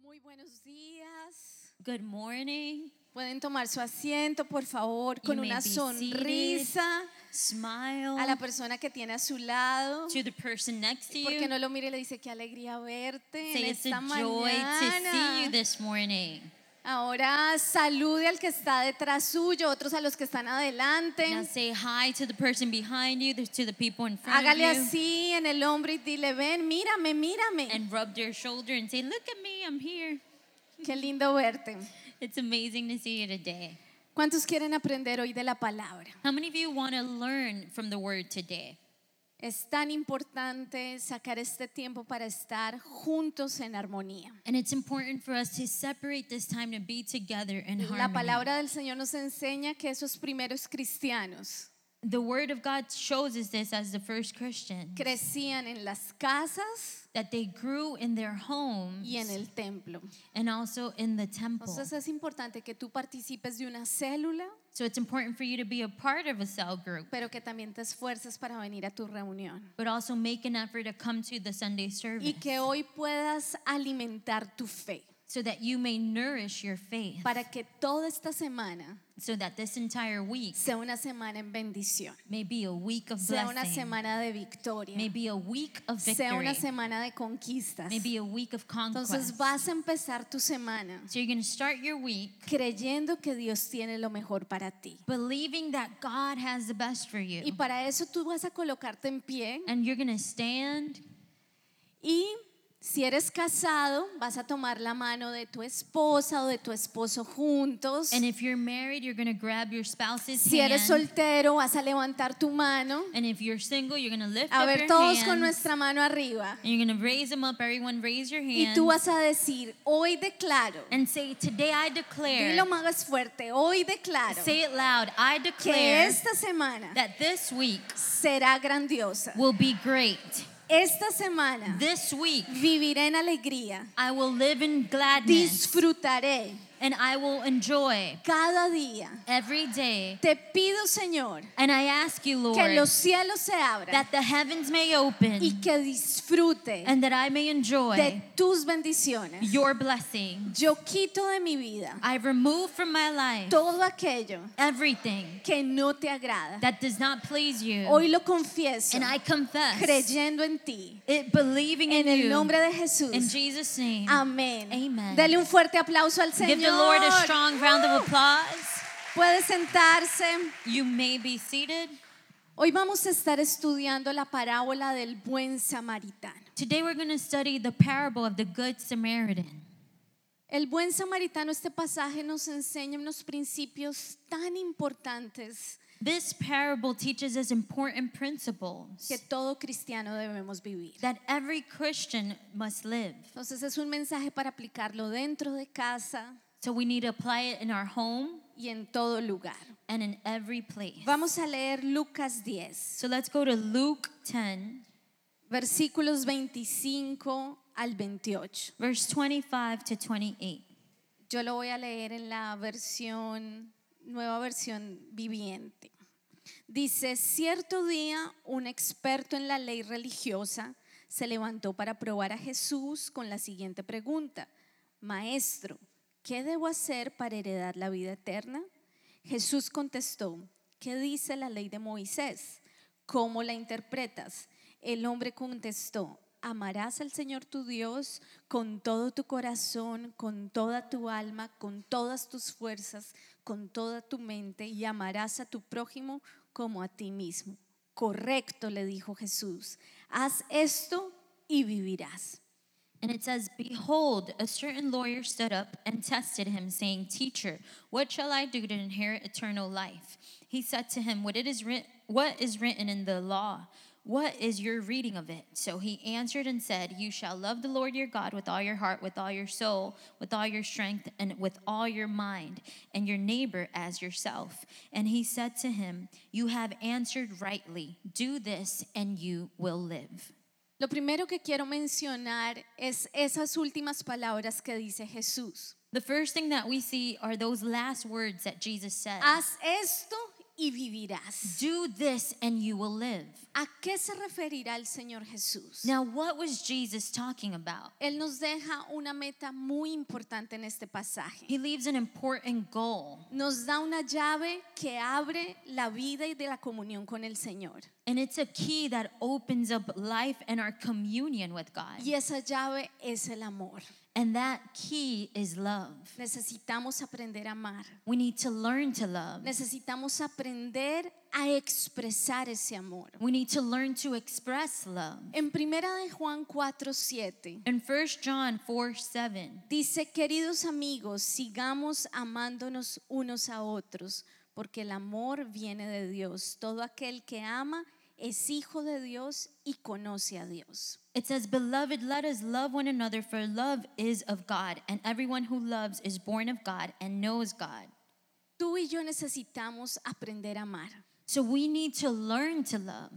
Muy buenos días. Good morning. Pueden tomar su asiento, por favor, con may una be seated. sonrisa a la Smile persona que tiene a su lado. to the person next to Porque you. no lo mire y le dice qué alegría verte en Say it's a esta joy to see you mañana. this morning. Ahora salude al que está detrás suyo, otros a los que están Now adelante. say hi to the person behind you, to the people in front Hágale of you, así en el hombro y dile, ven, mírame, mírame. and rub their shoulder and say, "Look at me, I'm here." Qué lindo verte. It's amazing to see you today. ¿Cuántos quieren aprender hoy de la palabra? How many of you want to learn from the word today? Es tan importante sacar este tiempo para estar juntos en armonía. And it's important for us to separate this time to be together in La harmony. palabra del Señor nos enseña que esos primeros cristianos the word of God shows us this as the first Christian crecían en las casas that they grew in their home y en el templo. and also in the temple. Entonces es importante que tú participes de una célula, So it's important for you to be a part of a cell group, pero que también te esfuerces para venir a tu reunión. but also make an effort to come to the Sunday service Y que hoy puedas alimentar tu fe so that you may nourish your faith, para que toda esta semana so that this entire week sea una semana en bendición, may be a week of sea una blessing, semana de victoria, may be a week of sea una victory, semana de conquistas. may be a week of conquest. Entonces vas a empezar tu semana So you're going to start your week creyendo que Dios tiene lo mejor para ti. believing that God has the best for Y you. para eso tú vas a colocarte en pie And you're going to stand. y si eres casado, vas a tomar la mano de tu esposa o de tu esposo juntos. And if you're married, you're going to grab your spouse's Si eres hand. soltero, vas a levantar tu mano. And if you're single, you're going to lift A up ver, your todos hands. con nuestra mano arriba. And you're going to raise them up. Everyone raise your Y hand. tú vas a decir, hoy declaro, and say, Today I declare, dilo más fuerte, hoy declaro say it loud, I que declare esta semana that this week será grandiosa. will be great. Esta semana This week viviré en alegría. I will live in gladness disfrutaré and I will enjoy cada día. every day. Te pido, Señor, And I ask you, Lord, que los cielos se abran that the heavens may open y que disfrute and that I may enjoy de tus bendiciones. your blessing. Yo quito de mi vida I remove from my life todo aquello everything que no te agrada. that does not please you. Hoy lo confieso, and I confess creyendo en ti, it believing en in el you. nombre de in Jesús. Jesus' name. Amén. Amen. Dale un fuerte aplauso al Give the Lord a Um, Señor. strong round of applause. Puede sentarse. You may be seated. Hoy vamos a estar estudiando la parábola del buen samaritano. Today we're going to study the parable of the Good Samaritan. El buen samaritano, este pasaje nos enseña unos principios tan importantes This parable teaches us important principles que todo cristiano debemos vivir. that every Christian must live. Entonces es un mensaje para aplicarlo dentro de casa So we need to apply it in our home y en todo lugar. and in every place. Vamos a leer Lucas 10, So let's go to Luke 10, versículos 25 al 28. verse 25 to 28. Yo lo voy a leer en la versión, nueva versión viviente. Dice, cierto día un experto en la ley religiosa se levantó para probar a Jesús con la siguiente pregunta. Maestro, ¿qué debo hacer para heredar la vida eterna? Jesús contestó, ¿qué dice la ley de Moisés? ¿Cómo la interpretas? El hombre contestó, amarás al Señor tu Dios con todo tu corazón, con toda tu alma, con todas tus fuerzas, con toda tu mente y amarás a tu prójimo como a ti mismo. Correcto, le dijo Jesús, haz esto y vivirás. And it says, Behold, a certain lawyer stood up and tested him, saying, Teacher, what shall I do to inherit eternal life? He said to him, What, it is, writ- what is written in the law? What is your reading of it? So he answered and said, You shall love the Lord your God with all your heart, with all your soul, with all your strength, and with all your mind, and your neighbor as yourself. And he said to him, You have answered rightly. Do this, and you will live. Lo primero que quiero mencionar es esas últimas palabras que dice Jesús. The first thing that we see are those last words that Jesus said. Haz esto y vivirás. Do this and you will live. ¿A qué se referirá el Señor Jesús? Now, what was Jesus talking about? Él nos deja una meta muy importante en este pasaje. He leaves an important goal, Nos da una llave que abre la vida y de la comunión con el Señor. and it's a key that opens up life and our communion with God. Y esa llave es el amor. And that key is love. Necesitamos aprender a amar. We need to learn to love. Necesitamos aprender a expresar ese amor. We need to learn to express love. En primera de Juan 4, 7 In 1 John 4 7, dice, queridos amigos, sigamos amándonos unos a otros, porque el amor viene de Dios. Todo aquel que ama es hijo de Dios y conoce a Dios. it says, Beloved, let us love one another, for love is of God, and everyone who loves is born of God and knows God. Tú y yo necesitamos aprender a amar. So we need to learn to love.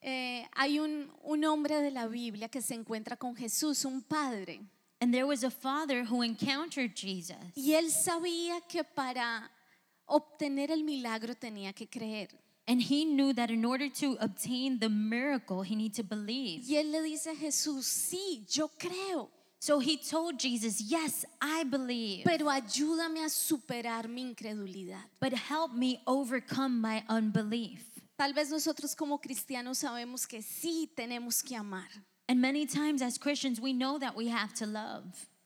Eh, hay un, un hombre de la Biblia que se encuentra con Jesús, un padre, And there was a father who encountered Jesus, y él sabía que para obtener el milagro tenía que creer. and he knew that in order to obtain the miracle, he needed to believe. Y él le dice a Jesús, sí, yo creo, So he told Jesus, Yes, I believe, pero ayúdame a superar mi incredulidad. but help me overcome my unbelief. Tal vez nosotros como cristianos sabemos que sí tenemos que amar, And many times as Christians, we know that we have to love.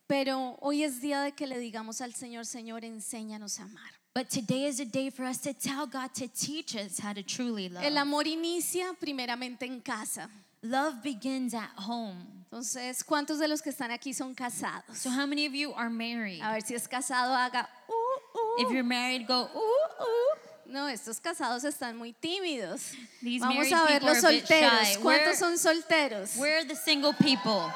pero hoy es día de que le digamos al Señor, Señor, enséñanos a amar. But today is a day for us to tell God to teach us how to truly El love. amor inicia primeramente en casa. Love begins at home. Entonces, ¿cuántos de los que están aquí son casados? So, how many of you are married? A ver si es casado, haga. "Uh, uh". If you're married, go, ooh, ooh. No, estos casados están muy tímidos. These Vamos married a ver people los are a bit solteros. shy. ¿Cuántos Where- son solteros? Where are the single people?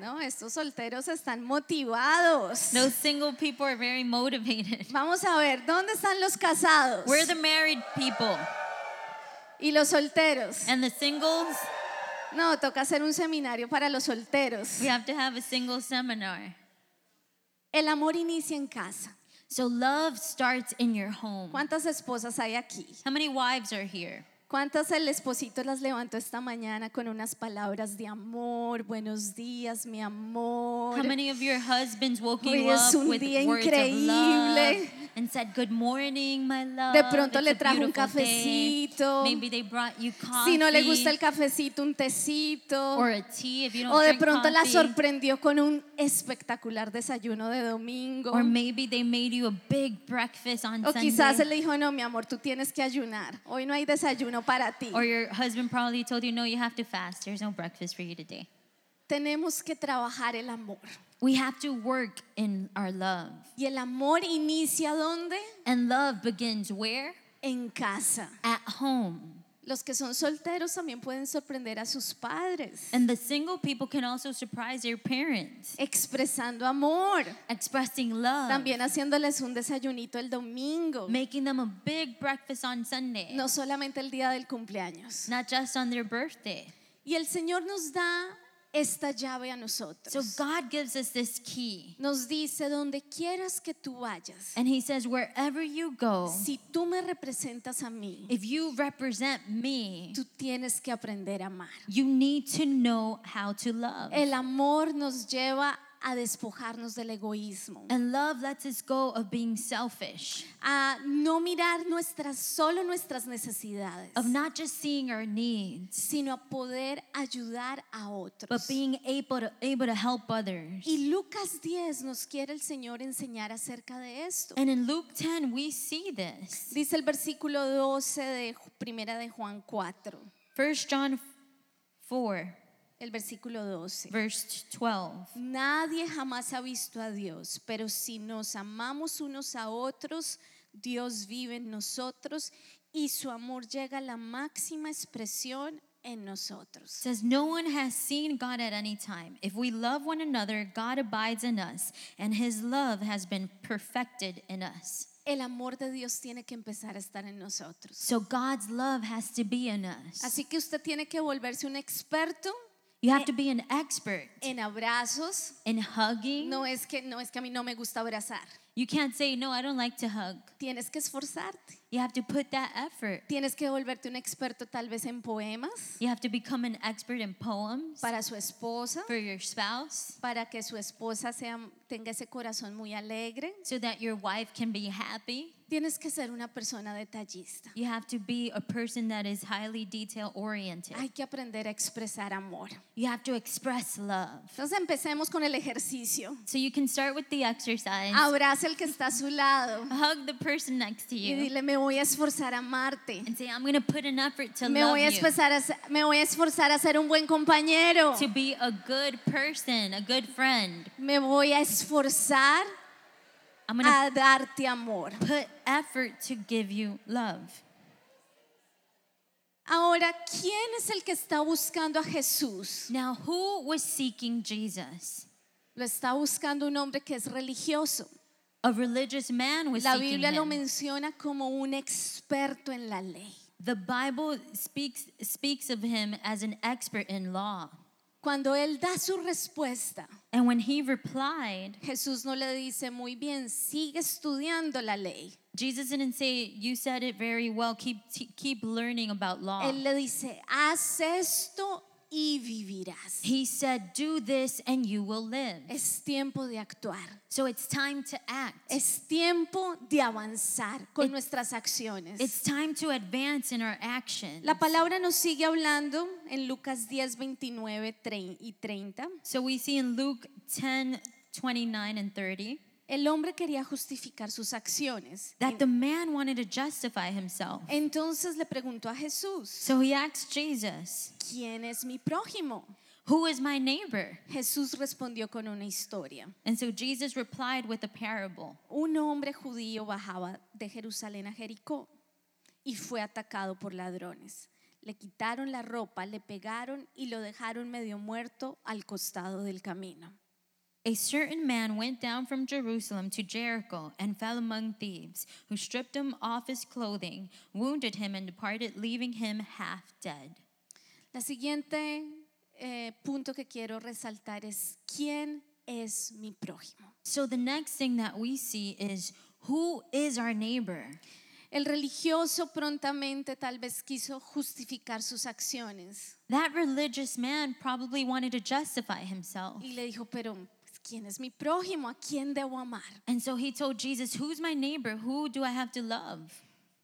No, estos solteros están motivados. Those single people are very motivated. Vamos a ver, ¿dónde están los casados? Where are the married people? Y los solteros. And the singles? No, toca hacer un seminario para los solteros. We have to have a single seminar. El amor inicia en casa. So, love starts in your home. ¿Cuántas esposas hay aquí? How many wives are here? ¿Cuántas el esposito las levantó esta mañana con unas palabras de amor? Buenos días, mi amor. How many of your husbands woke Hoy you es up un with día words of love increíble. and said good morning, my love? De pronto it's le a trajo un beautiful day." cafecito. Maybe they brought you coffee. Si no le gusta el cafecito, un tecito. or a tea if you don't O de drink pronto la coffee. sorprendió con un espectacular desayuno de domingo. Or maybe they made you a big breakfast on O quizás Sunday. él le dijo, no, mi amor, tú tienes que ayunar. Hoy no hay desayuno para ti. Or your husband probably told you, no, you have to fast. There's no breakfast for you today. Tenemos que trabajar el amor. We have to work in our love. Y el amor inicia ¿dónde? And love begins where? En casa. At home. Los que son solteros también pueden sorprender a sus padres And the single people can also surprise their parents, expresando amor, expressing love. también haciéndoles un desayunito el domingo, making them a big breakfast on Sunday, no solamente el día del cumpleaños. not just on their birthday. Y el Señor nos da esta llave a So nosotros. God gives us this key. Nos dice, donde quieras que tú vayas, And He says, wherever you go, si tú me representas a mí, if you represent me, tú tienes que aprender a amar. you need to know how to love. El amor nos lleva a despojarnos del egoísmo, And love lets us go of being selfish, a no mirar nuestras solo nuestras necesidades, of not just seeing our needs, sino a poder ayudar a otros. but being able to, able to help others. Y Lucas 10 nos quiere el Señor enseñar acerca de esto. And in Luke 10, we see this. Dice el versículo 12 de Ju- Primera de Juan 4, 1 John 4, el versículo 12. verse 12. Nadie jamás ha visto a Dios, pero si nos amamos unos a otros, Dios vive en nosotros y su amor llega a la máxima expresión en nosotros. says no one has seen God at any time. If we love one another, God abides in us, and his love has been perfected in us. El amor de Dios tiene que empezar a estar en nosotros. So God's love has to be in us. Así que usted tiene que volverse un experto You have to be an expert en abrazos. in hugging. No es que no es que a mí no me gusta abrazar. You can't say, no, I don't like to hug. Tienes que esforzarte. You have to put that effort. Tienes que volverte un experto tal vez en poemas You have to become an expert in poems para su esposa, for your spouse para que su esposa sea, tenga ese corazón muy alegre. so that your wife can be happy. Tienes que ser una persona detallista. You have to be a person that is highly detail oriented. Hay que aprender a expresar amor. You have to express love. Entonces empecemos con el ejercicio. So you can start with the exercise. Abraza al que está a su lado Hug the person next to y you dile, me voy a esforzar a amarte. and say, I'm going to put an effort to Me love voy, a you, esforzar a, ser- me voy a esforzar a ser un buen compañero. to be a good person, a good friend. Me voy a esforzar I'm going to a darte amor. put effort to give you love. Ahora, ¿quién es el que está buscando a Jesús? Now, who was seeking Jesus? Lo está buscando un hombre que es religioso. A religious man was La seeking Biblia lo him. menciona como un experto en la ley. The Bible speaks speaks of him as an expert in law. Cuando él da su respuesta, And when he replied, Jesús no le dice muy bien, sigue estudiando la ley. Jesus didn't say, "You said it very well. Keep t- keep learning about law." Él le dice, haz esto y vivirás. He said, "Do this and you will live." Es tiempo de actuar. So it's time to act. Es tiempo de avanzar con It- nuestras acciones. It's time to advance in our action. La palabra nos sigue hablando en Lucas 10, 29 trein- y 30. So we see in Luke 10, 29 and 30 El hombre quería justificar sus acciones. that the man wanted to justify himself. Entonces le preguntó a Jesús, So he asked Jesus, ¿quién es mi prójimo? Who is my neighbor? Jesús respondió con una historia. And so Jesus replied with a parable. Un hombre judío bajaba de Jerusalén a Jericó y fue atacado por ladrones. Le quitaron la ropa, le pegaron y lo dejaron medio muerto al costado del camino. A certain man went down from Jerusalem to Jericho and fell among thieves, who stripped him off his clothing, wounded him, and departed, leaving him half dead. La siguiente eh, punto que quiero resaltar es quién es mi prójimo. So the next thing that we see is who is our neighbor? El religioso prontamente tal vez quiso justificar sus acciones That religious man probably wanted to justify himself. y le dijo, pero pues, ¿quién es mi prójimo? ¿A quién debo amar? And so he told Jesus, Who's my neighbor? Who do I have to love?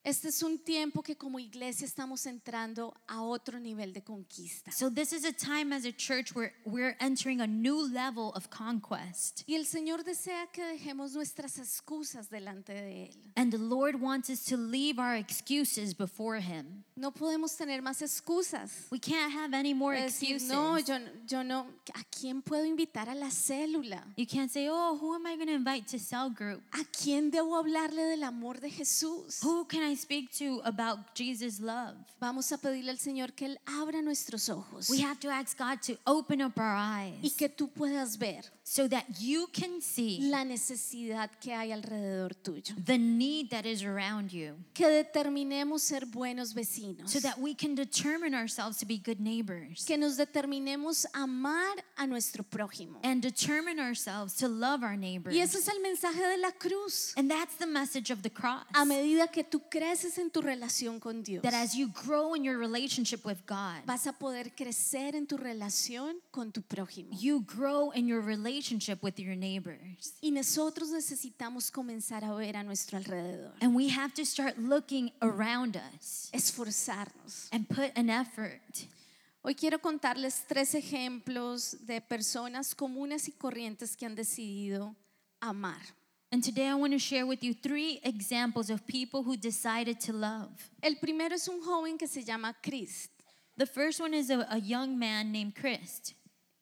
Este es un tiempo que como iglesia estamos entrando a otro nivel de conquista. So this is a time as a church where we're entering a new level of conquest. Y el Señor desea que dejemos nuestras excusas delante de Él. And the Lord wants us to leave our excuses before him. No podemos tener más excusas. We can't have any more Decir, excuses. no, yo, yo no, ¿a quién puedo invitar a la célula? You can't say, Oh, who am I going to invite to cell group? ¿A quién debo hablarle del amor de Jesús? Who can I speak to about Jesus' love? Vamos a pedirle al Señor que Él abra nuestros ojos We have to ask God to open up our y eyes que tú puedas ver so that you can see la necesidad que hay alrededor tuyo. the need that is around you Que determinemos ser buenos vecinos. so that we can determine ourselves to be good neighbors Que nos determinemos a amar a nuestro prójimo. and determine ourselves to love our Y ese neighbors. es el mensaje de la cruz. And that's the message of the cross. A medida que tú creces en tu relación con Dios, That as you grow in your relationship with God, vas a poder crecer en tu relación con tu prójimo. you grow in your relationship with your neighbors. Y nosotros necesitamos comenzar a ver a nuestro alrededor. And we have to start looking around us esforzarnos. and put an effort. Hoy quiero contarles tres ejemplos de personas comunes y corrientes que han decidido amar. And today I want to share with you three examples of people who decided to love. El primero es un joven que se llama Chris. The first one is a, a young man named Chris.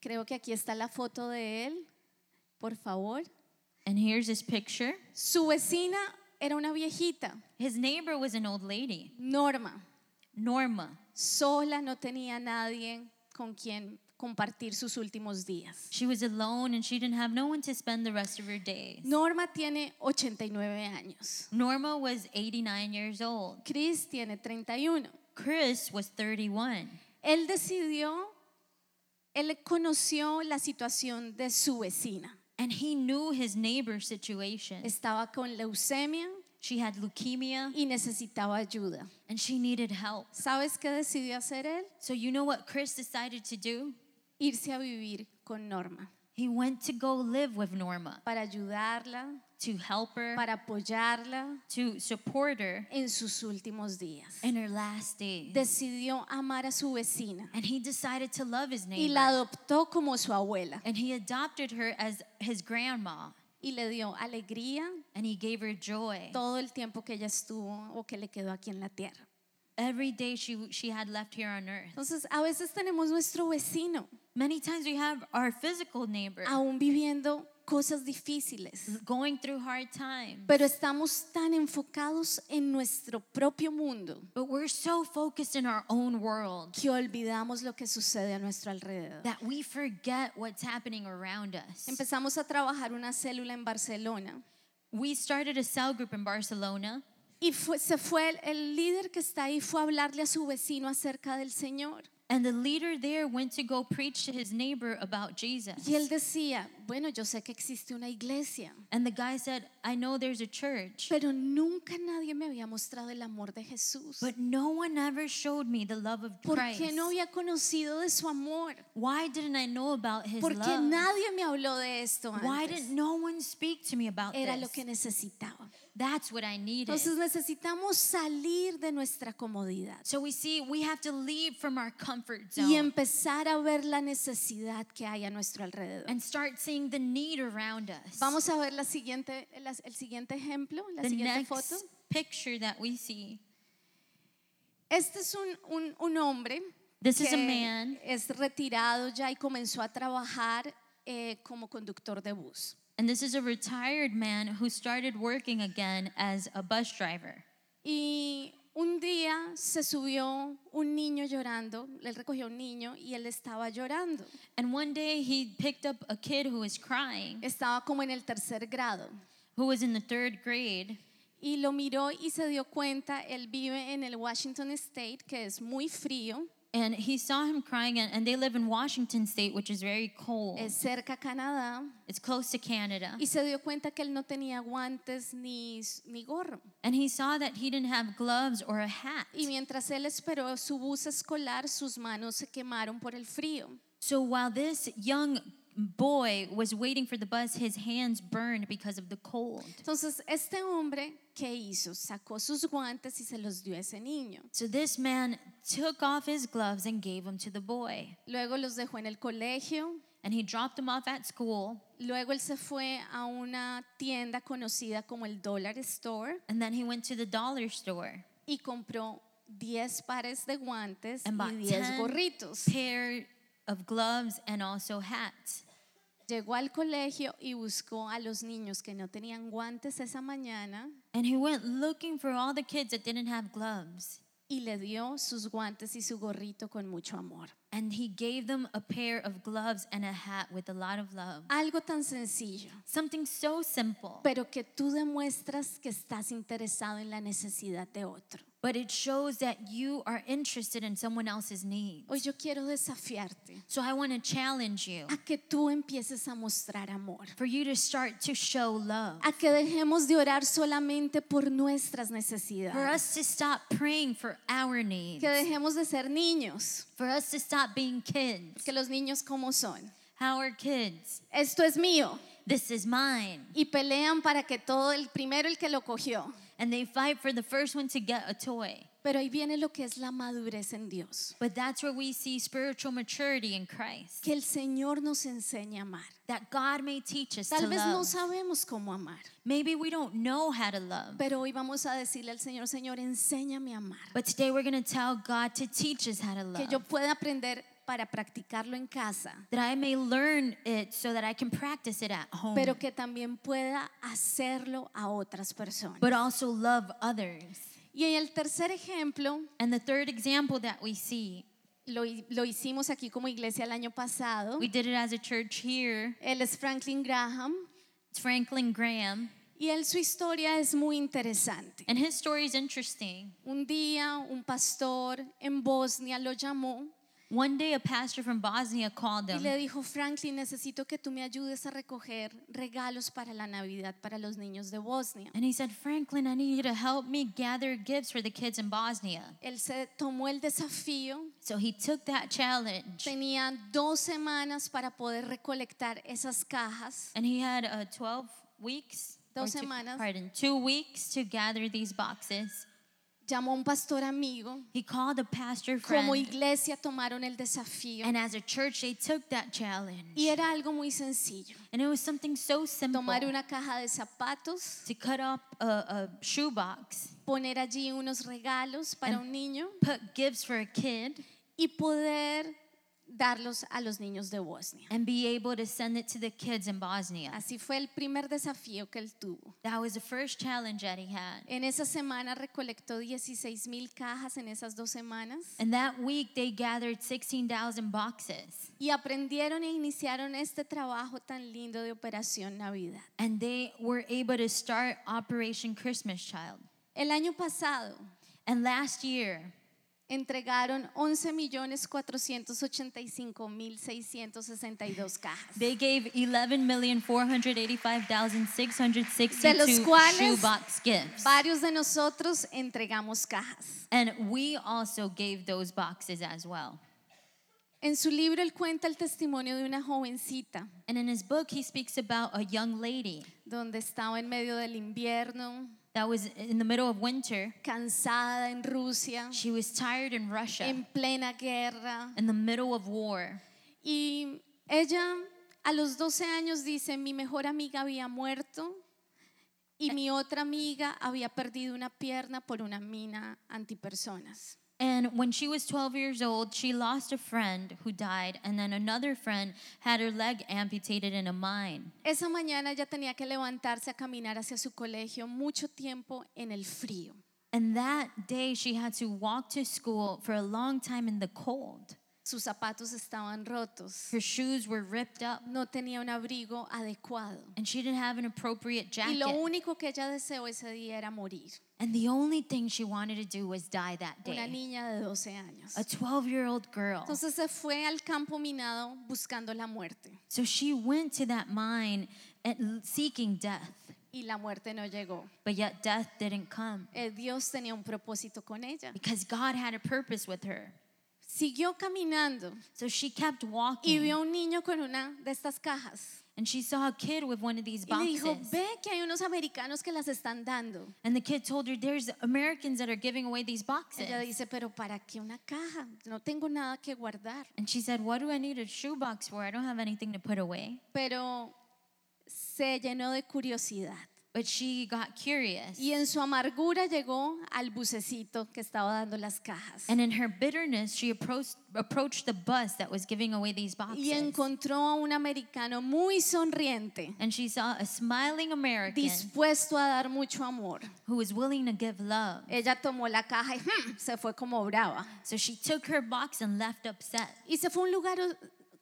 Creo que aquí está la foto de él, por favor. And here's his picture. Su vecina era una viejita, His neighbor was an old lady, Norma, Norma. sola, no tenía nadie con quien compartir sus últimos días. She was alone and she didn't have no one to spend the rest of her days. Norma tiene 89 años, Norma was 89 years old. Chris tiene 31. Chris was 31. Él decidió, él conoció la situación de su vecina And he knew his neighbor's situation. Estaba con leucemia She had leukemia y necesitaba ayuda. and she needed help. ¿Sabes qué decidió hacer él? So, you know what Chris decided to do? Irse a vivir con Norma He went to go live with Norma para ayudarla, to help her, para apoyarla to support her en sus últimos días. in her last days. Decidió amar a su vecina And he decided to love his y la neighbor. adoptó como su abuela And he adopted her as his grandma. y le dio alegría And he gave her joy. todo el tiempo que ella estuvo o que le quedó aquí en la tierra. Every day she, she had left here on earth. Entonces, a veces tenemos nuestro vecino Many times we have our physical neighbor aún viviendo cosas difíciles, going through hard times. pero estamos tan enfocados en nuestro propio mundo But we're so focused in our own world que olvidamos lo que sucede a nuestro alrededor. that we forget what's happening around us. Empezamos a trabajar una célula en Barcelona We started a cell group in Barcelona, y fue- se fue el, el líder que está ahí fue a hablarle a su vecino acerca del Señor and the leader there went to go preach to his neighbor about Jesus. y él decía, bueno, yo sé que existe una iglesia, And the guy said, I know there's a church, pero nunca nadie me había mostrado el amor de Jesús. but no one ever showed me the love of ¿Por Christ. qué no había conocido de su amor? Why didn't I know about his Porque love? nadie me habló de esto Why antes. didn't no one speak to me about Era lo this? que necesitaba. That's what I needed. Entonces necesitamos salir de nuestra comodidad So we see we have to leave from our comfort y zone empezar a ver la necesidad que hay a nuestro alrededor. and start seeing the need around us. Vamos a ver la siguiente, la- el siguiente ejemplo, la the siguiente next foto. picture that we see. Este es un, un- un hombre This is que a man. es retirado ya y comenzó a trabajar eh, como conductor de bus. And this is a retired man who started working again as a bus driver. Y un día se subió un niño llorando, él recogió a un niño y él estaba llorando. And one day he picked up a kid who was crying, Estaba como en el tercer grado. who was in the third grade, Y lo miró y se dio cuenta, él vive en el Washington State, que es muy frío, and he saw him crying. And, and they live in Washington State, which is very cold. es cerca a Canadá, It's close to Canada. y se dio cuenta que él no tenía guantes ni, s- ni gorro. And he saw that he didn't have gloves or a hat. Y mientras él esperó su bus escolar, sus manos se quemaron por el frío. So while this young boy was waiting for the bus, his hands burned because of the cold. Entonces, este hombre, ¿qué hizo? Sacó sus guantes y se los dio a ese niño. So this man took off his gloves and gave them to the boy. Luego los dejó en el colegio. And he dropped them off at school. Luego él se fue a una tienda conocida como el Dollar Store And then he went to the dollar store y compró 10 pares de guantes and y bought 10 10 gorritos. pair of gloves and also hats. Llegó al colegio y buscó a los niños que no tenían guantes esa mañana And he went looking for all the kids that didn't have gloves. y le dio sus guantes y su gorrito con mucho amor. And he gave them a pair of gloves and a hat with a lot of love. Algo tan sencillo, Something so simple. pero que tú demuestras que estás interesado en la necesidad de otro. But it shows that you are interested in someone else's needs. Hoy yo quiero desafiarte So I want to challenge you a que tú empieces a mostrar amor. for you to start to show love. a que dejemos de orar solamente por nuestras For necesidades, us to stop praying for our needs. que dejemos de ser niños, For us to stop being kids. que los niños como son. How are kids? Esto es mío This is mine. y pelean para que todo el primero el que lo cogió. And they fight for the first one to get a toy. Pero ahí viene lo que es la madurez en Dios, But that's where we see spiritual maturity in Christ. que el Señor nos enseña a amar. That God may teach us to Tal vez no love. sabemos cómo amar, Maybe we don't know how to love. pero hoy vamos a decirle al Señor, Señor, enséñame a amar, But today we're going to tell God to teach us how to que love. yo pueda aprender para practicarlo en casa, that I may learn it so that I can practice it at home, pero que también pueda hacerlo a otras personas. but also love others. Y en el tercer ejemplo, And the third example that we see, lo, hi- lo hicimos aquí como iglesia el año pasado. we did it as a church here. Él es Franklin Graham It's Franklin Graham, y él su historia es muy interesante. and his story is interesting. Un día un pastor en Bosnia lo llamó One day, a pastor from Bosnia called Y him le dijo, Franklin, necesito que tú me ayudes a recoger regalos para la Navidad para los niños de Bosnia. and he said, Franklin, I need you to help me gather gifts for the kids in Bosnia. Él se tomó el desafío, So he took that challenge tenía dos semanas para poder recolectar esas cajas. and he had uh, 12 weeks. or Dos two- semanas. Pardon, two weeks to gather these boxes. Llamó a un pastor amigo. He called a pastor Como friend, iglesia tomaron el desafío. and as a church, they took that challenge. Y era algo muy sencillo. And it was something so simple Tomar una caja de zapatos, to cut up a, a shoebox, poner allí unos regalos para un niño put gifts for a kid, y poder darlos a los niños de Bosnia. and be able to send it to the kids in Bosnia. Así fue el primer desafío que él tuvo. That was the first challenge that he had. En esa semana recolectó 16 mil cajas en esas dos semanas And that week, they gathered 16,000 boxes. y aprendieron e iniciaron este trabajo tan lindo de Operación Navidad. And they were able to start Operation Christmas Child. El año pasado And last year, entregaron 11 millones 485 mil 662 cajas. they gave 11,485,662 De los cuales shoebox gifts. Varios de nosotros entregamos cajas. And we also gave those boxes as well. En su libro él cuenta el testimonio de una jovencita And in his book, he speaks about a young lady donde estaba en medio del invierno, that was in the middle of winter. cansada en Rusia, She was tired in Russia, en plena guerra. in the middle of war. Y ella a los 12 años dice, mi mejor amiga había muerto y mi otra amiga había perdido una pierna por una mina antipersonas. And when she was 12 years old, she lost a friend who died, and then another friend had her leg amputated in a mine. Esa mañana ella tenía que levantarse a caminar hacia su colegio mucho tiempo en el frío. And that day, she had to walk to school for a long time in the cold. Sus zapatos estaban rotos. Her shoes were ripped up, No tenía un abrigo adecuado. and she didn't have an appropriate Y lo jacket. único que ella deseó ese día era morir. And the only thing she wanted to do was die that Una day. niña de 12 años. A 12 year old girl. Entonces se fue al campo minado buscando la muerte. So she went to that mine and seeking death, Y la muerte no llegó. but yet death didn't come Eh, Dios tenía un propósito con ella. because God had a purpose with her. Siguió caminando So she kept y walking vio a un niño con una de estas cajas. and she saw a kid with one of these Y le dijo, boxes. ve que hay unos americanos que las están dando. And the kid told her, There's Americans that are giving away these Ella boxes. dice, pero ¿para qué una caja? No tengo nada que guardar. And she said, What do I need a shoebox for? I don't have anything to put away. Pero se llenó de curiosidad. But she got curious. Y en su amargura llegó al bucecito que estaba dando las cajas. And in her bitterness, she approached, approached the bus that was giving away these Y boxes. encontró a un americano muy sonriente, And she saw a smiling American dispuesto a dar mucho amor. who was willing to give love. Ella tomó la caja y ¡jum! se fue como brava. So she took her box and left upset. Y se fue a un lugar o-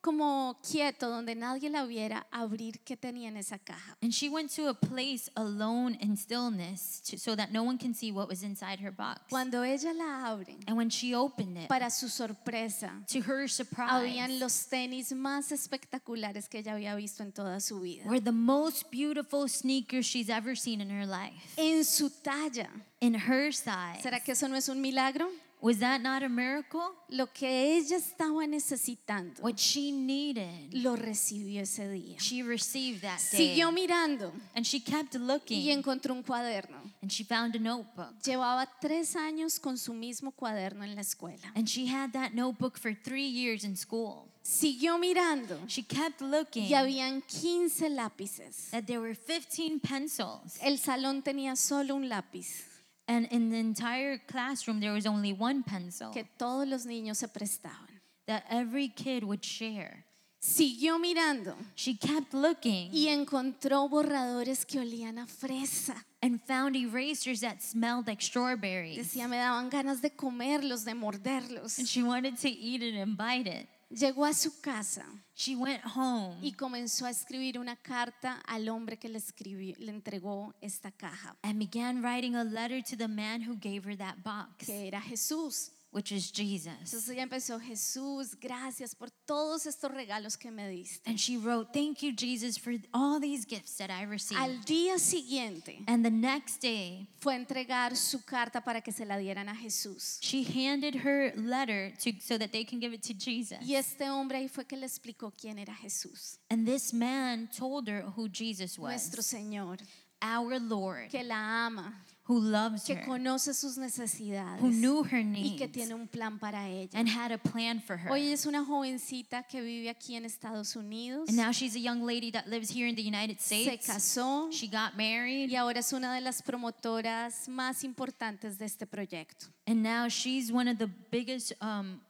como quieto donde nadie la viera abrir qué tenía en esa caja. And she went to a place alone in stillness to, so that no one can see what was inside her box. Cuando ella la abre, And when she opened it, para su sorpresa, to her surprise, habían los tenis más espectaculares que ella había visto en toda su vida. were the most beautiful sneakers she's ever seen in her life. En su talla. In her size. ¿Será que eso no es un milagro? Was that not a miracle? Lo que ella estaba necesitando, What she needed, lo recibió ese día. she received that day. Siguió mirando And she kept y looking encontró un cuaderno. and she found a notebook. Llevaba tres años con su mismo cuaderno en la escuela. And she had that notebook for three years in school. Siguió mirando She kept looking y habían 15 lápices. that there were 15 pencils. El salón tenía solo un lápiz And in the entire classroom, there was only one pencil que todos los niños se prestaban. that every kid would share. Siguió mirando She kept looking y encontró borradores que olían a fresa. and found erasers that smelled like strawberries. Decía, me daban ganas de comerlos, de morderlos. And she wanted to eat it and bite it. Llegó a su casa She went y home comenzó a escribir una carta al hombre que le, escribió, le entregó esta caja, and began writing a letter to the man who gave her that box. que era Jesús. which is Jesus. Entonces ella empezó, Jesús, gracias por todos estos regalos que me diste. And she wrote, Thank you, Jesus, for all these gifts that I Al received. día siguiente And the next day, fue a entregar su carta para que se la dieran a Jesús. she handed her letter to, so that they can give it to Jesus. Y este hombre ahí fue que le explicó quién era Jesús, And this man told her who Jesus nuestro was Señor, our Lord, que la ama, who loves que her, conoce sus who necesidades knew her y needs, que tiene un plan para ella. and had a plan for her. Hoy ella es una jovencita que vive aquí en Estados Unidos, And now she's a young lady that lives here in the United se States. casó She got married, y ahora es una de las promotoras más importantes de este proyecto. and now she's one of the biggest um,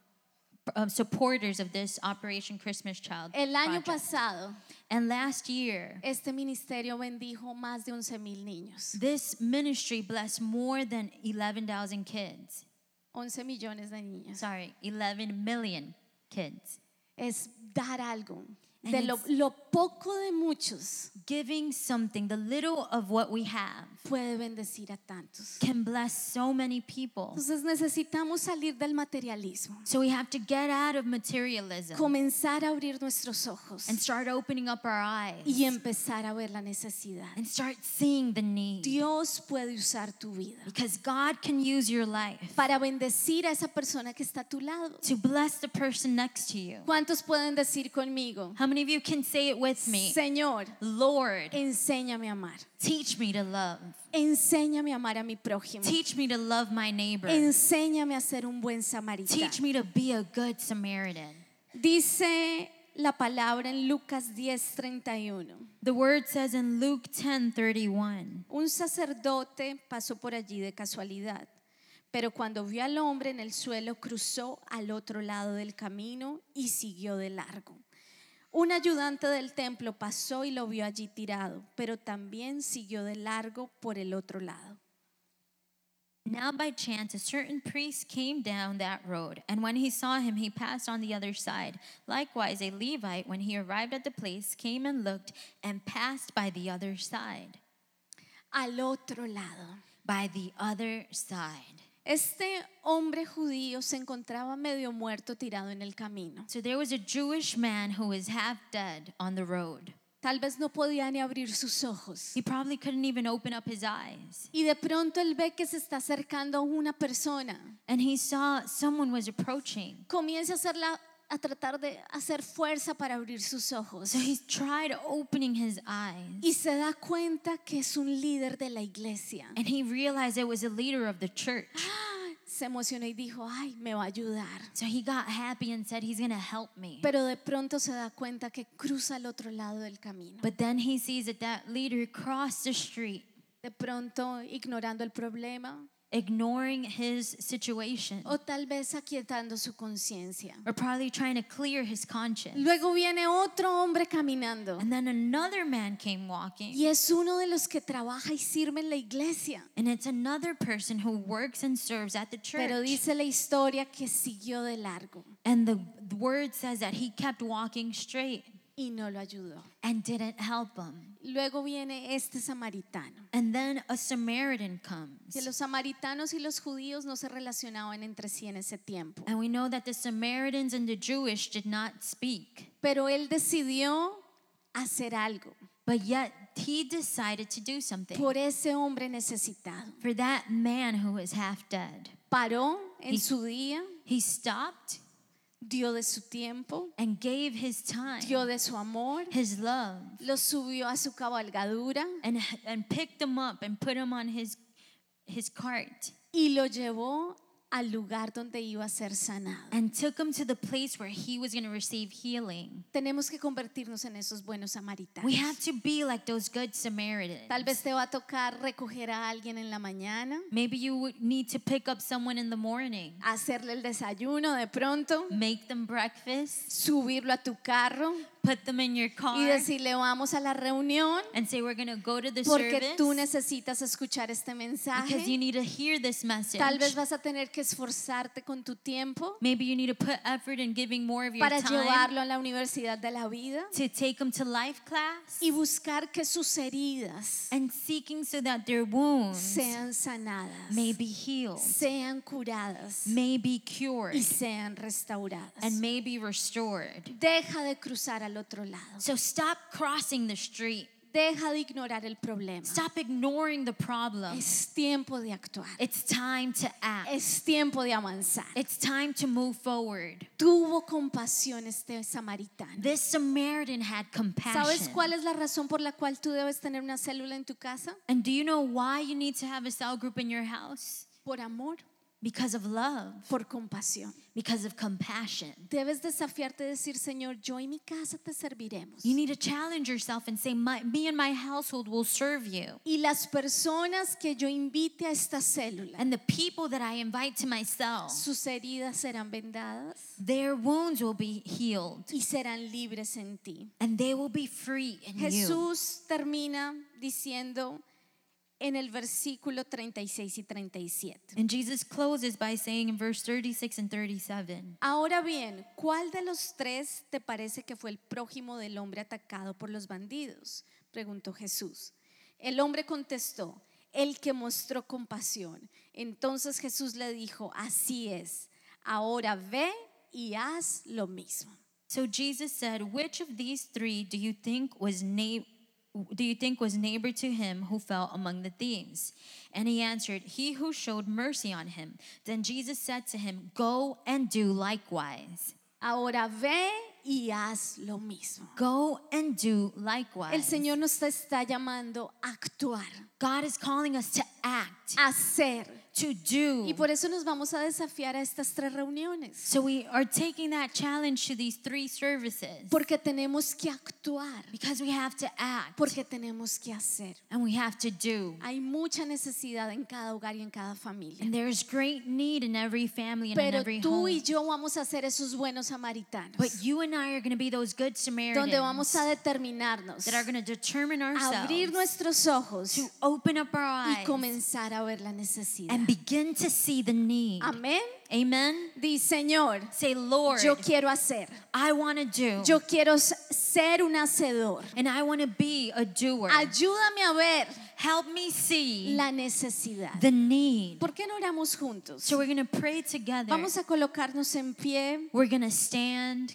p- uh, supporters of this Operation Christmas Child. El año project. pasado, and last year, este ministerio bendijo más de 11 mil niños, this ministry blessed more than 11,000 kids. 11 millones de niños. Sorry, 11 million kids. Es dar algo. And De lo, it's- lo poco de muchos Giving something, the little of what we have, puede bendecir a tantos. can bless so many people. Entonces necesitamos salir del materialismo, So we have to get out of materialism comenzar a abrir nuestros ojos and start opening up our eyes. y empezar a ver la necesidad. and start seeing the need Dios puede usar tu vida because God can use your life para bendecir a esa persona que está a tu lado. to bless the person next to you. ¿Cuántos pueden decir conmigo? How many of you can say it with me? Señor, Lord, enséñame a amar. teach me to love. Enséñame a amar a mi prójimo. Teach me to love my neighbor. Enséñame a ser un buen samaritano. Teach me to be a good Samaritan. Dice la palabra en Lucas 10:31. The word says in Luke 10:31, Un sacerdote pasó por allí de casualidad, pero cuando vio al hombre en el suelo cruzó al otro lado del camino y siguió de largo. Un ayudante del templo pasó y lo vio allí tirado, pero también siguió de largo por el otro lado. now by chance a certain priest came down that road, and when he saw him, he passed on the other side. Likewise, a Levite, when he arrived at the place, came and looked and passed by the other side. Al otro lado. by the other side. Este hombre judío se encontraba medio muerto tirado en el camino. So there was a Jewish man who was half dead on the road. Tal vez no podía ni abrir sus ojos. He probably couldn't even open up his eyes. Y de pronto él ve que se está acercando a una persona. And he saw someone was approaching. Comienza a, hacerla, a tratar de hacer fuerza para abrir sus ojos. So he tried opening his eyes. Y se da cuenta que es un líder de la iglesia. And he realized it was a leader of the church. Se emocionó y dijo, ay, me va a ayudar. So he got happy and said, He's going to help me. Pero de pronto se da cuenta que cruza al otro lado del camino. But then he sees that that leader crossed the street, De pronto ignorando el problema ignoring his situation, o tal vez aquietando su conciencia. or probably trying to clear his conscience. Luego viene otro hombre caminando And then another man came walking. y es uno de los que trabaja y sirve en la iglesia. And it's another person who works and serves at the Pero church. dice la historia que siguió de largo And the word says that he kept walking straight y no lo ayudó. and didn't help him. Luego viene este samaritano. And then a Samaritan Que comes. los samaritanos y los judíos no se relacionaban entre sí en ese tiempo. And we know that the Samaritans and the Jewish did not speak, Pero él decidió hacer algo but yet he decided to do something por ese hombre necesitado. for that man who was half dead. Paró en Y- su día, He stopped dio de su tiempo, and gave his time, dio de su amor, his love, lo subió a su cabalgadura and, and picked him up and put him on his, his cart. y lo llevó al lugar donde iba a ser sanado. and took him to the place where he was going to receive healing. Tenemos que convertirnos en esos buenos We samaritanos. have to be like those good Samaritans. Tal vez te va a tocar recoger a alguien en la mañana, Maybe you would need to pick up someone in the morning, hacerle el desayuno de pronto, make them breakfast, subirlo a tu carro, put them in your car, y decirle vamos a la reunión and say, We're going to go to the porque service tú necesitas escuchar este because mensaje. you need to hear this message. Tal vez vas a tener que esforzarte con tu tiempo Maybe you need to put effort in giving more of your para time llevarlo a la universidad de la vida to take them to life class y buscar que sus heridas and seeking so that their wounds sean sanadas, may be healed, sean curadas may be cured, y sean restauradas. and may be restored. Deja de cruzar al otro lado. So stop crossing the street. Deja de ignorar el problema. Stop ignoring the problem. Es tiempo de actuar. It's time to act. Es tiempo de avanzar. It's time to move forward. Tuvo compasión este samaritano. This Samaritan had compassion. ¿Sabes cuál es la razón por la cual tú debes tener una célula en tu casa? And do you know why you need to have a cell group in your house? Por amor, Because of love, por compasión. because of compassion. Debes desafiarte a decir, Señor, yo y mi casa te serviremos. You need to challenge yourself and say, my, Me and my household will serve you. Y las personas que yo invite a esta célula, And the people that I invite to myself, sus heridas serán vendadas their wounds will be healed y serán libres en ti. and they will be free in you. Jesús termina diciendo en el versículo 36 y 37. And Jesus closes by saying in verse 36 and 37. Ahora bien, ¿cuál de los tres te parece que fue el prójimo del hombre atacado por los bandidos? Preguntó Jesús. El hombre contestó, el que mostró compasión. Entonces Jesús le dijo, así es, ahora ve y haz lo mismo. So Jesus said, "Which of these three do you think was na- do you think was neighbor to him who fell among the thieves?" And he answered, "He who showed mercy on him." Then Jesus said to him, "Go and do likewise." Ahora ve y haz lo mismo. Go and do El likewise. Señor nos está llamando a actuar, God is calling us to act, a hacer. to Y do. por eso nos vamos a desafiar a estas tres reuniones, So we are taking that challenge to these three services porque tenemos que actuar. because we have to act porque tenemos que hacer. and we have to do. Hay mucha necesidad en cada hogar y en cada familia. And there's great need in every family and in Pero every tú home. y yo vamos a ser esos buenos samaritanos, But you and I are going to be those good Samaritans donde vamos a determinarnos, that are going to determine abrir ourselves nuestros ojos to open up our y eyes comenzar a ver la necesidad. and begin to see the need. Amén. Amen. Di, Señor, Say, Lord, yo quiero hacer, I want to do, yo quiero s- ser un hacedor. and I want to be a doer. Ayúdame a ver Help me see la necesidad. the need. ¿Por qué no oramos juntos? So we're going to pray together. Vamos a colocarnos en pie We're going to stand.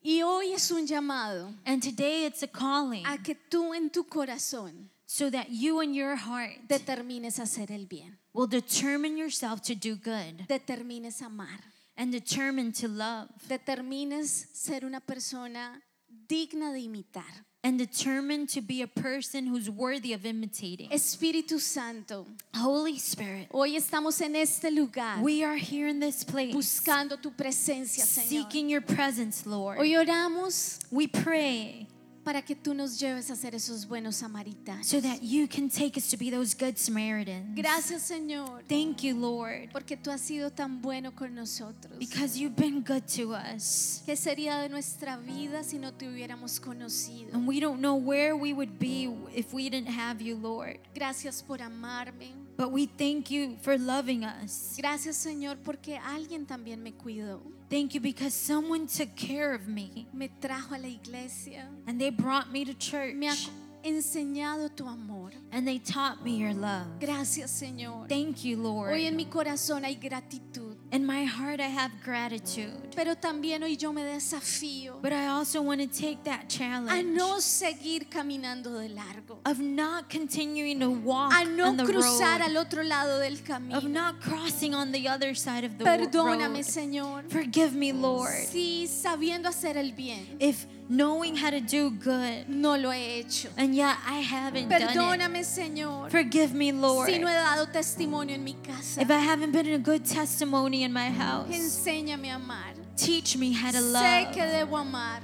y hoy es un llamado. And today it's a calling a que tú en tu corazón so that you and your heart determines hacer el bien, will determine yourself to do good determines amar, and determine to love determines ser una persona digna de imitar. and determined to be a person who's worthy of imitating. Espíritu Santo, Holy Spirit, hoy estamos en este lugar we are here in this place buscando tu presencia, Señor. seeking your presence, Lord. Hoy oramos We pray para que tú nos lleves a ser esos buenos samaritanos. so that you can take us to be those good Samaritans. Gracias, Señor, Thank you, Lord, porque tú has sido tan bueno con nosotros. because you've been good to us. ¿Qué sería de nuestra vida si no te hubiéramos conocido? And we don't know where we would be if we didn't have you, Lord. Gracias por amarme. But we thank you for loving us. Gracias Señor porque alguien también me cuidó, Thank you because someone took care of me me trajo a la iglesia, and they brought me to me ha church enseñado tu amor. and they taught me your love. Gracias Señor. Thank you, Lord. Hoy en mi corazón hay gratitud, In my heart, I have gratitude. pero también hoy yo me desafío But I also want to take that a challenge no seguir caminando de largo, of not continuing to walk a on no the cruzar road, al otro lado del of camino. not crossing on the other side of the wo- Perdóname road. Señor. Forgive me, Lord, Sí, sabiendo hacer el bien, if knowing how to do good no lo he hecho. and yet I haven't done it. Perdóname Señor. Forgive me, Lord, Si no he dado testimonio en mi casa, if I haven't been a good testimony in my house. enséñame a amar. Teach me how to Sé love. que debo amar,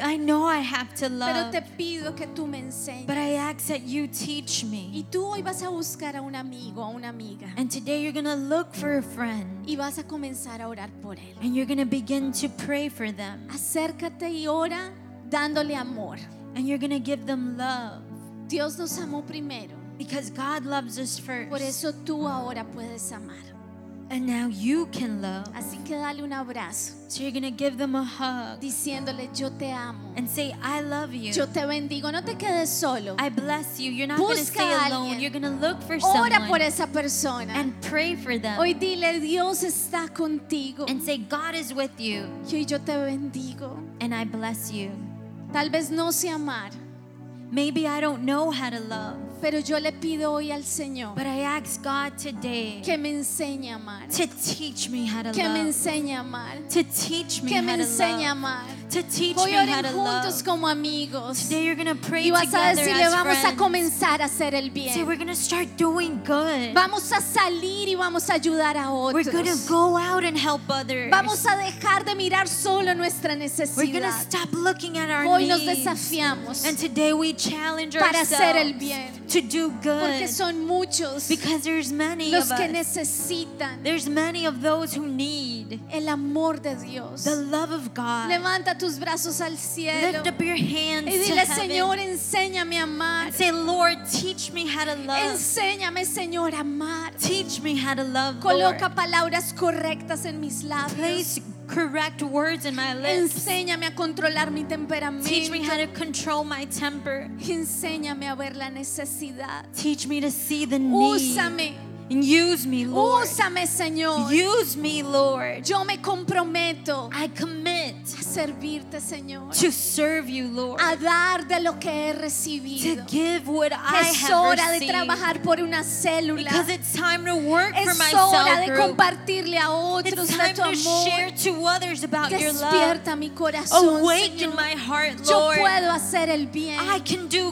I know I have to pero love, te pido que tú me but enseñes. I ask that you teach Y me. tú hoy vas a buscar a un amigo, a una amiga, And today you're going to look for a friend. y vas a comenzar a orar por él. And you're going to begin to pray for them. Acércate y ora dándole amor. and you're going to give them love Dios nos amó primero, because God loves us first. por eso tú ahora puedes amar. and now you can love. Así que dale un abrazo So you're going to give them a hug diciéndole yo te amo, and say, I love you. yo te bendigo, no te quedes solo. I bless you. You're not going to Busca stay a alone. alguien. You're going to look for Ora por someone esa persona. and pray for them Hoy dile Dios está contigo and say, God is with you y hoy yo te bendigo. and I bless you. Tal vez no sé amar, Maybe I don't know how to love, pero yo le pido hoy al Señor but I ask God today que me enseñe a amar, to teach me how to que me love. enseñe a amar, to teach me que me how to enseñe a love. amar. To teach me Hoy how oren to juntos love. como amigos Today you're going to pray y vas a together decirle as vamos a friends. comenzar a hacer el Say bien. we're going to start doing good. Vamos a salir y vamos a ayudar a We're going to otros. go out and help others. Vamos a dejar de mirar solo nuestra We're going to necesidad. stop looking at our Hoy nos needs. desafiamos And today we challenge para ourselves hacer el bien, to do porque good son muchos because there's many los of que us. necesitan There's many of those who need el amor de Dios. the love of God. Levanta tus brazos al cielo Lift up your hands y to dile, Señor, heaven. enséñame a amar. Say, Lord, teach me how to love. Enséñame, Señor, a amar. Teach me how to love, Lord. Coloca palabras correctas en mis labios. Place correct words in my lips. Enséñame a controlar mi Teach me how temperamento. to control my temper. Enséñame a ver la necesidad. Teach me to see the need. Úsame, And use me, Lord. úsame, Señor. Use me, Lord. Yo me comprometo I commit a servirte, Señor, to serve you, Lord. a dar de lo que he To recibido. Ah, give what I Es have hora de received. trabajar por una célula. Because it's time to work for Es hora myself, de group. compartirle a otros It's de time tu to share amor. to others about your love. Despierta mi corazón, Awaken Señor. my heart, Yo Lord. puedo hacer el bien I can do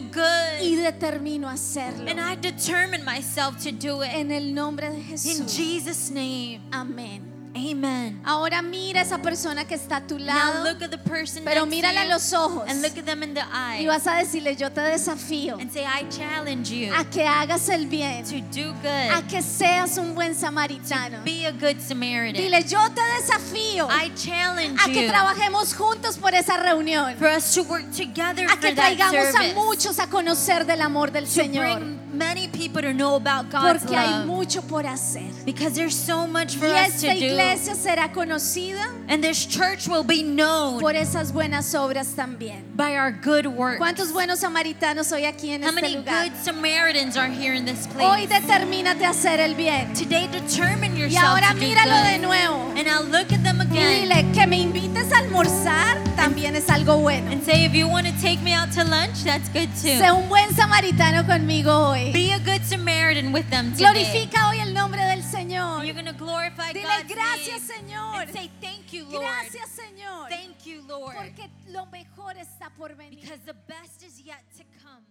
y good. determino hacerlo. And I determine myself to do it. En el nombre de In Jesús. Jesus' name, Amén. amen. Ahora mira a esa persona que está a tu Now lado, look at the person pero next to mírala a you los ojos and look at them in the y eye vas a decirle, yo te desafío and say, I challenge you a que hagas el bien, to do a good, que seas un buen samaritano. be a good Samaritan. Dile, yo te desafío I challenge a que you trabajemos juntos por esa reunión, for us to work together a for que that traigamos a service, muchos a conocer del amor del to Señor, bring many people to know about God's porque hay love. mucho por hacer. Because there's so much Y for us esta to do. iglesia será conocida And this church will be known por esas buenas obras también. by our good work. ¿Cuántos buenos samaritanos hoy aquí en How este many lugar? good Samaritans are here in this Hoy place? determínate a hacer el bien. Today, determine Y yourself ahora to do míralo de good. nuevo. And I'll look at them Y again dile que me invites a almorzar también es algo bueno. and say, if you want to take me out to lunch, that's good too. Sé un buen samaritano conmigo hoy. Be a good Samaritan with them today. Glorifica hoy el nombre del Señor. You're going to glorify Dile God's gracias, name Señor. and say, thank you, Lord. Gracias, Señor. Thank you, Lord. Porque lo mejor está por venir. Because the best is yet to come.